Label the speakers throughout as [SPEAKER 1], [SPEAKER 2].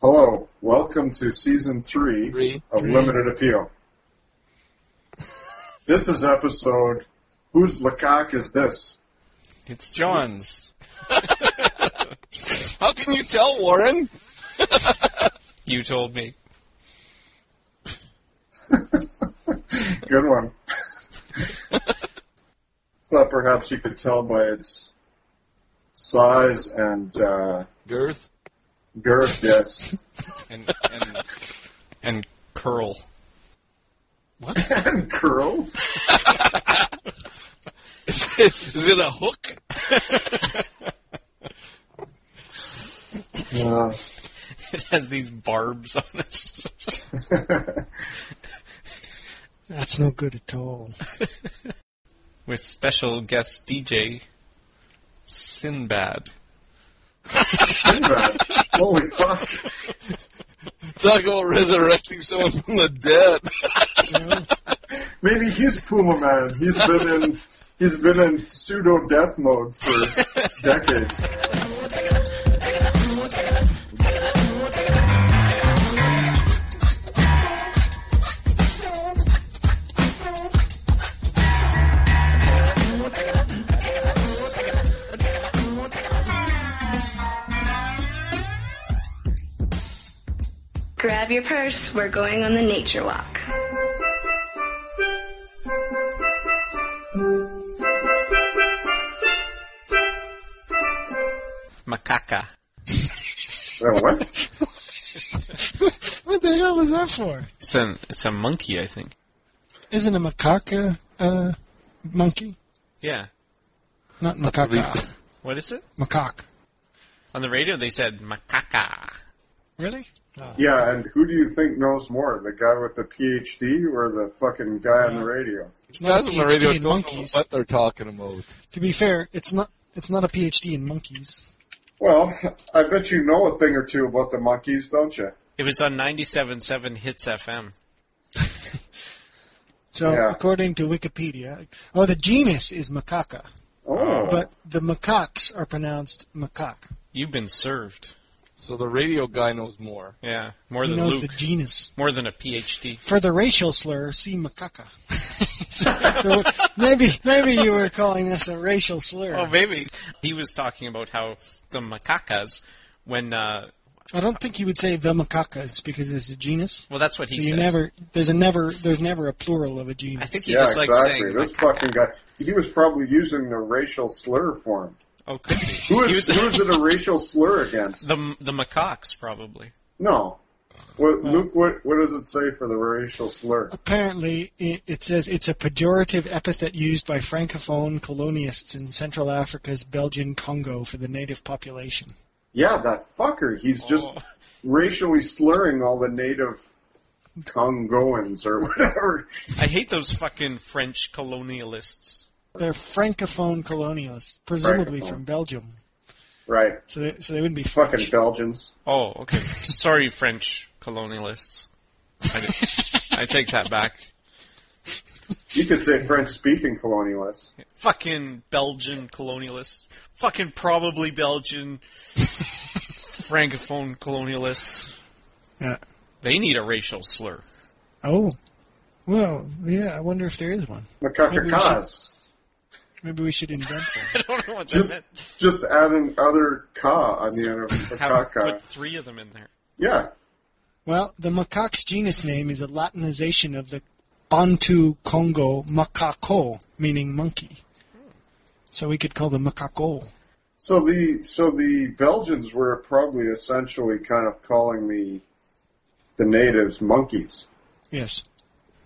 [SPEAKER 1] Hello, welcome to season three
[SPEAKER 2] Three.
[SPEAKER 1] of Limited Appeal. This is episode Whose Lecoq is this?
[SPEAKER 3] It's John's.
[SPEAKER 2] How can you tell, Warren?
[SPEAKER 3] You told me.
[SPEAKER 1] Good one. Thought perhaps you could tell by its size and uh,
[SPEAKER 2] Girth.
[SPEAKER 1] girth, yes,
[SPEAKER 3] And and, and curl.
[SPEAKER 1] and curl.
[SPEAKER 2] Is it, is it a hook?
[SPEAKER 1] Uh,
[SPEAKER 3] It has these barbs on it.
[SPEAKER 4] That's no good at all.
[SPEAKER 3] With special guest DJ Sinbad.
[SPEAKER 1] Sinbad. Holy fuck.
[SPEAKER 2] Talk about resurrecting someone from the dead.
[SPEAKER 1] Maybe he's Puma Man. He's been in he's been in pseudo death mode for decades.
[SPEAKER 5] Grab your purse, we're going on the nature walk.
[SPEAKER 3] Macaca.
[SPEAKER 1] Uh, what?
[SPEAKER 4] What the hell is that for?
[SPEAKER 3] It's an it's a monkey, I think.
[SPEAKER 4] Isn't a macaca uh, monkey?
[SPEAKER 3] Yeah.
[SPEAKER 4] Not macaca.
[SPEAKER 3] What is it?
[SPEAKER 4] Macaque.
[SPEAKER 3] On the radio they said macaca.
[SPEAKER 4] Really? No.
[SPEAKER 1] Yeah, and who do you think knows more, the guy with the PhD or the fucking guy on the radio?
[SPEAKER 4] It's not a PhD in monkeys.
[SPEAKER 2] what they're talking about.
[SPEAKER 4] To be fair, it's not. It's not a PhD in monkeys.
[SPEAKER 1] Well, I bet you know a thing or two about the monkeys, don't you?
[SPEAKER 3] It was on 97.7 Hits FM.
[SPEAKER 4] So,
[SPEAKER 1] Yeah.
[SPEAKER 4] according to Wikipedia, oh, the genus is macaca,
[SPEAKER 1] Oh,
[SPEAKER 4] but the macaques are pronounced macaque.
[SPEAKER 3] You've been served.
[SPEAKER 6] So the radio guy knows more.
[SPEAKER 3] Yeah. More
[SPEAKER 4] He
[SPEAKER 3] than
[SPEAKER 4] knows
[SPEAKER 3] Luke.
[SPEAKER 4] the genus.
[SPEAKER 3] More than a PhD.
[SPEAKER 4] For the racial slur, see macaca. so, so maybe maybe you were calling this a racial slur.
[SPEAKER 3] Oh, maybe. He was talking about how the macacas, when, uh,
[SPEAKER 4] I don't think you would say the macacas because it's a genus.
[SPEAKER 3] well, that's what he
[SPEAKER 4] so you
[SPEAKER 3] said.
[SPEAKER 4] never there's a never there's never a plural of a genus.
[SPEAKER 3] I think he
[SPEAKER 1] yeah,
[SPEAKER 3] just likes
[SPEAKER 1] exactly.
[SPEAKER 3] saying
[SPEAKER 1] This
[SPEAKER 3] macaca.
[SPEAKER 1] fucking guy, he was probably using the racial slur form.
[SPEAKER 3] Oh, could be.
[SPEAKER 1] Who
[SPEAKER 3] He
[SPEAKER 1] is,
[SPEAKER 3] was-
[SPEAKER 1] who is it a racial slur against?
[SPEAKER 3] the the macaques probably.
[SPEAKER 1] No.
[SPEAKER 3] Oh.
[SPEAKER 1] What, Luke, what, what does it say for the racial slur?
[SPEAKER 4] Apparently, it, it says it's a pejorative epithet used by francophone colonialists in Central Africa's Belgian Congo for the native population.
[SPEAKER 1] Yeah, that fucker. He's just
[SPEAKER 3] Oh.
[SPEAKER 1] racially slurring all the native Congoans or whatever.
[SPEAKER 3] I hate those fucking French colonialists.
[SPEAKER 4] They're francophone colonialists, presumably
[SPEAKER 1] Francophone.
[SPEAKER 4] from Belgium.
[SPEAKER 1] Right.
[SPEAKER 4] So they, so they wouldn't be
[SPEAKER 1] Fucking
[SPEAKER 4] French.
[SPEAKER 1] Belgians.
[SPEAKER 3] Oh, okay. Sorry, French colonialists. I, did- I take that back.
[SPEAKER 1] You could say French speaking colonialists.
[SPEAKER 3] Fucking Belgian colonialists. Fucking probably Belgian francophone colonialists.
[SPEAKER 4] Yeah.
[SPEAKER 3] They need a racial slur.
[SPEAKER 4] Oh, well, yeah. I wonder if there is one.
[SPEAKER 1] Macacaca's.
[SPEAKER 4] Maybe we should invent
[SPEAKER 3] I
[SPEAKER 4] one.
[SPEAKER 3] don't know what that
[SPEAKER 1] Just
[SPEAKER 3] meant.
[SPEAKER 1] just add an other ka on the end of
[SPEAKER 3] Have
[SPEAKER 1] macaca.
[SPEAKER 3] put three of them in there.
[SPEAKER 1] Yeah.
[SPEAKER 4] well, the macaque's genus name is a Latinization of the Bantu Congo macaco, meaning monkey. So we could call them macaco.
[SPEAKER 1] So the so the Belgians were probably essentially kind of calling the the natives monkeys.
[SPEAKER 4] Yes.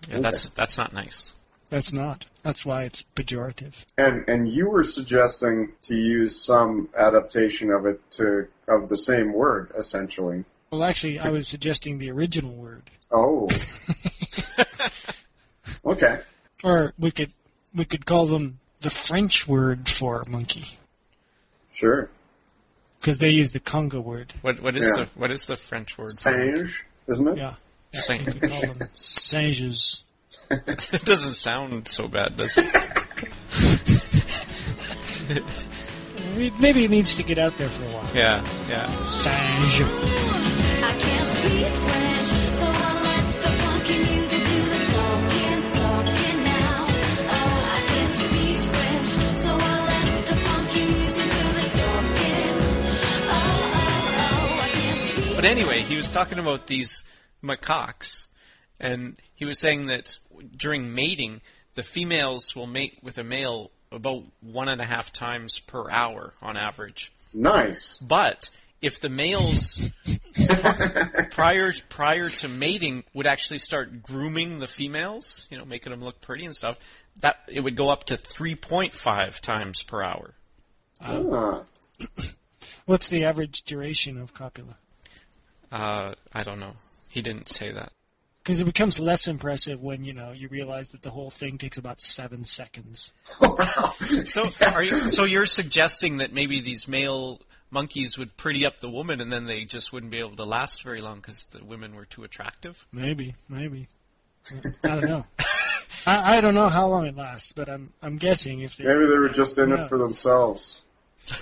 [SPEAKER 3] Yeah, that's that's not nice.
[SPEAKER 4] That's not. That's why it's pejorative.
[SPEAKER 1] And and you were suggesting to use some adaptation of it to of the same word essentially.
[SPEAKER 4] Well, actually, I was suggesting the original word,
[SPEAKER 1] Oh. okay.
[SPEAKER 4] or we could we could call them the French word for monkey,
[SPEAKER 1] Sure.
[SPEAKER 4] because they use the Congo word.
[SPEAKER 3] What what is
[SPEAKER 1] Yeah.
[SPEAKER 3] the what is the French word? for it?
[SPEAKER 1] Singe, isn't it?
[SPEAKER 4] Yeah,
[SPEAKER 3] Singe.
[SPEAKER 4] we could call them singes.
[SPEAKER 3] It doesn't sound so bad, does it?
[SPEAKER 4] I mean, Maybe it needs to get out there for a while.
[SPEAKER 3] Yeah, yeah.
[SPEAKER 4] Singe.
[SPEAKER 7] I can't be fresh. So I let the funky music do the talking, talking now. Oh, I guess be fresh. So I let the funky music do the talking. Oh, oh, oh, I guess be
[SPEAKER 3] But anyway, he was talking about these macaques, and he was saying that during mating, the females will mate with a male about one and a half times per hour on average.
[SPEAKER 1] Nice.
[SPEAKER 3] But if the males prior prior to mating would actually start grooming the females, you know, making them look pretty and stuff, that it would go up to 3.5 times per hour.
[SPEAKER 1] Ah.
[SPEAKER 4] What's the average duration of copula?
[SPEAKER 3] Uh, I don't know. He didn't say that.
[SPEAKER 4] Because it becomes less impressive when you know you realize that the whole thing takes about seven seconds.
[SPEAKER 3] So are you, so you're suggesting that maybe these male monkeys would pretty up the woman and then they just wouldn't be able to last very long because the women were too attractive?
[SPEAKER 4] Maybe, maybe. I don't know. I, I don't know how long it lasts, but I'm I'm guessing if they,
[SPEAKER 1] Maybe they were just in
[SPEAKER 4] Yeah.
[SPEAKER 1] it for themselves.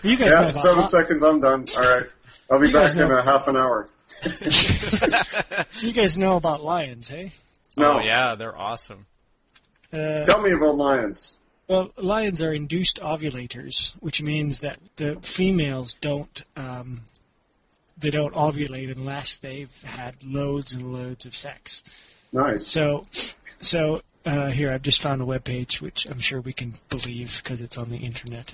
[SPEAKER 4] you guys know
[SPEAKER 1] Yeah,
[SPEAKER 4] about
[SPEAKER 1] seven
[SPEAKER 4] ho-
[SPEAKER 1] seconds. I'm done. All right, I'll be
[SPEAKER 4] You guys
[SPEAKER 1] back in
[SPEAKER 4] know-
[SPEAKER 1] a half an hour.
[SPEAKER 4] you guys know about lions, hey?
[SPEAKER 1] No,
[SPEAKER 3] Oh yeah, they're awesome.
[SPEAKER 4] Uh,
[SPEAKER 1] tell me about lions.
[SPEAKER 4] Well, lions are induced ovulators, which means that the females don't um, they don't ovulate unless they've had loads and loads of sex.
[SPEAKER 1] Nice.
[SPEAKER 4] So, so uh, here I've just found a web page which I'm sure we can believe because it's on the internet.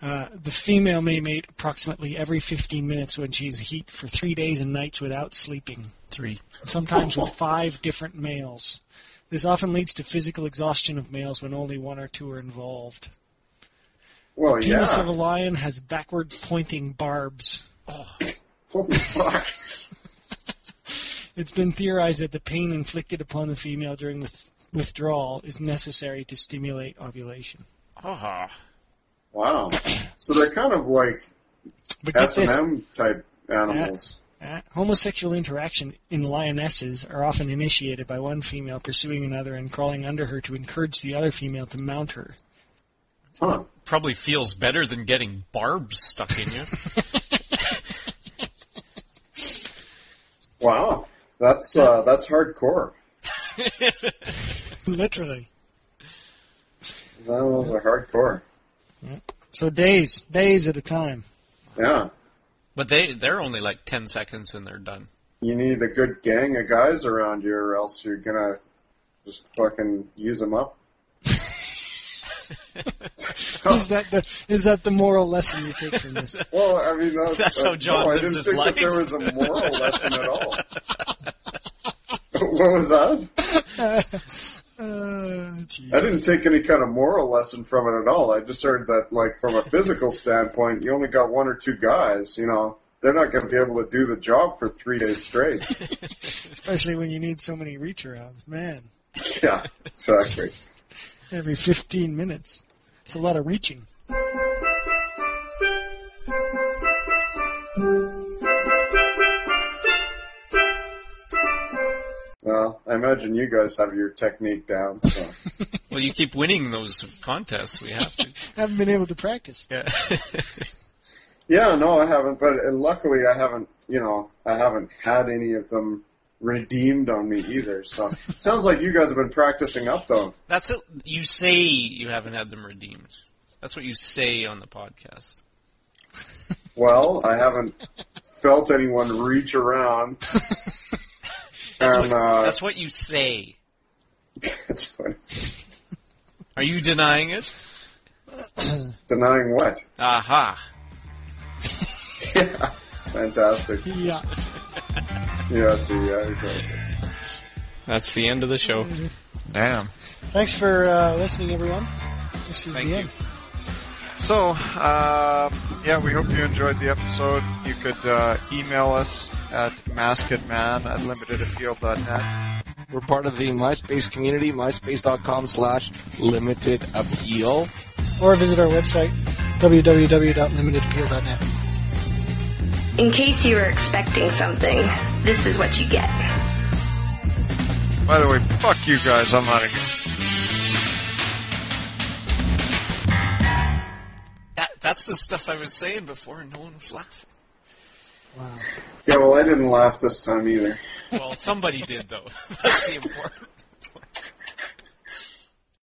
[SPEAKER 4] Uh, the female may mate approximately every 15 minutes when she's heat for three days and nights without sleeping
[SPEAKER 3] Three.
[SPEAKER 4] sometimes with five different males. This often leads to physical exhaustion of males when only one or two are involved.
[SPEAKER 1] Well, yeah.
[SPEAKER 4] Penis of a lion has backward pointing barbs.
[SPEAKER 1] Holy fuck.
[SPEAKER 4] It's been theorized that the pain inflicted upon the female during with- withdrawal is necessary to stimulate ovulation.
[SPEAKER 3] Ah,
[SPEAKER 1] Wow. So they're kind of like
[SPEAKER 4] But get
[SPEAKER 1] S and
[SPEAKER 4] this,
[SPEAKER 1] M type animals.
[SPEAKER 4] uh, homosexual interaction in lionesses are often initiated by one female pursuing another and crawling under her to encourage the other female to mount her.
[SPEAKER 1] Huh.
[SPEAKER 3] probably feels better than getting barbs stuck in you.
[SPEAKER 1] Wow. That's uh, that's hardcore.
[SPEAKER 4] Literally.
[SPEAKER 1] Those animals are hardcore.
[SPEAKER 4] So days, days at a time.
[SPEAKER 1] Yeah.
[SPEAKER 3] but they they're only like 10 seconds and they're done.
[SPEAKER 1] You need a good gang of guys around you, or else you're gonna just fucking use them up.
[SPEAKER 4] Is that the is that the moral lesson you take from this?
[SPEAKER 1] Well, I mean, that's, uh,
[SPEAKER 3] That's how John
[SPEAKER 1] no, I
[SPEAKER 3] lives
[SPEAKER 1] didn't
[SPEAKER 3] his
[SPEAKER 1] think
[SPEAKER 3] life.
[SPEAKER 1] that there was a moral lesson at all. what was that?
[SPEAKER 4] Uh,
[SPEAKER 1] I didn't take any kind of moral lesson from it at all. I just heard that, like, from a physical standpoint, you only got one or two guys. You know, they're not going to be able to do the job for three days straight.
[SPEAKER 4] Especially when you need so many reach arounds. Man,
[SPEAKER 1] yeah, exactly.
[SPEAKER 4] every 15 minutes. It's a lot of reaching.
[SPEAKER 1] Well, I imagine you guys have your technique down. So.
[SPEAKER 3] Well, you keep winning those contests we have to.
[SPEAKER 4] haven't been able to practice.
[SPEAKER 3] Yeah.
[SPEAKER 1] Yeah, no, I haven't. But uh, luckily, I haven't. You know, I haven't had any of them redeemed on me either. So sounds like you guys have been practicing up though.
[SPEAKER 3] That's it. You say you haven't had them redeemed. That's what you say on the podcast.
[SPEAKER 1] Well, I haven't felt anyone reach around.
[SPEAKER 3] That's,
[SPEAKER 1] and
[SPEAKER 3] what,
[SPEAKER 1] uh,
[SPEAKER 3] that's what you say.
[SPEAKER 1] that's what it's-
[SPEAKER 3] Are you denying it?
[SPEAKER 1] denying what?
[SPEAKER 3] Aha.
[SPEAKER 1] Fantastic.
[SPEAKER 4] Yeah.
[SPEAKER 1] Yeah, see, yeah, exactly.
[SPEAKER 3] That's the end of the show. Damn.
[SPEAKER 4] Thanks for uh, listening, everyone. This is
[SPEAKER 3] Thank
[SPEAKER 4] the
[SPEAKER 3] you.
[SPEAKER 4] end.
[SPEAKER 8] So, uh, yeah, we hope you enjoyed the episode. You could uh, email us at maskedman at limitedappeal.net.
[SPEAKER 6] We're part of the MySpace community, myspace.com slash limited appeal.
[SPEAKER 4] Or visit our website, www.limitedappeal.net.
[SPEAKER 5] In case you were expecting something, this is what you get.
[SPEAKER 8] By the way, fuck you guys, I'm out of here.
[SPEAKER 3] That, that's the stuff I was saying before, and no one was laughing.
[SPEAKER 4] Wow.
[SPEAKER 1] Yeah, well, I didn't laugh this time either.
[SPEAKER 3] Well, somebody did though. That's the important.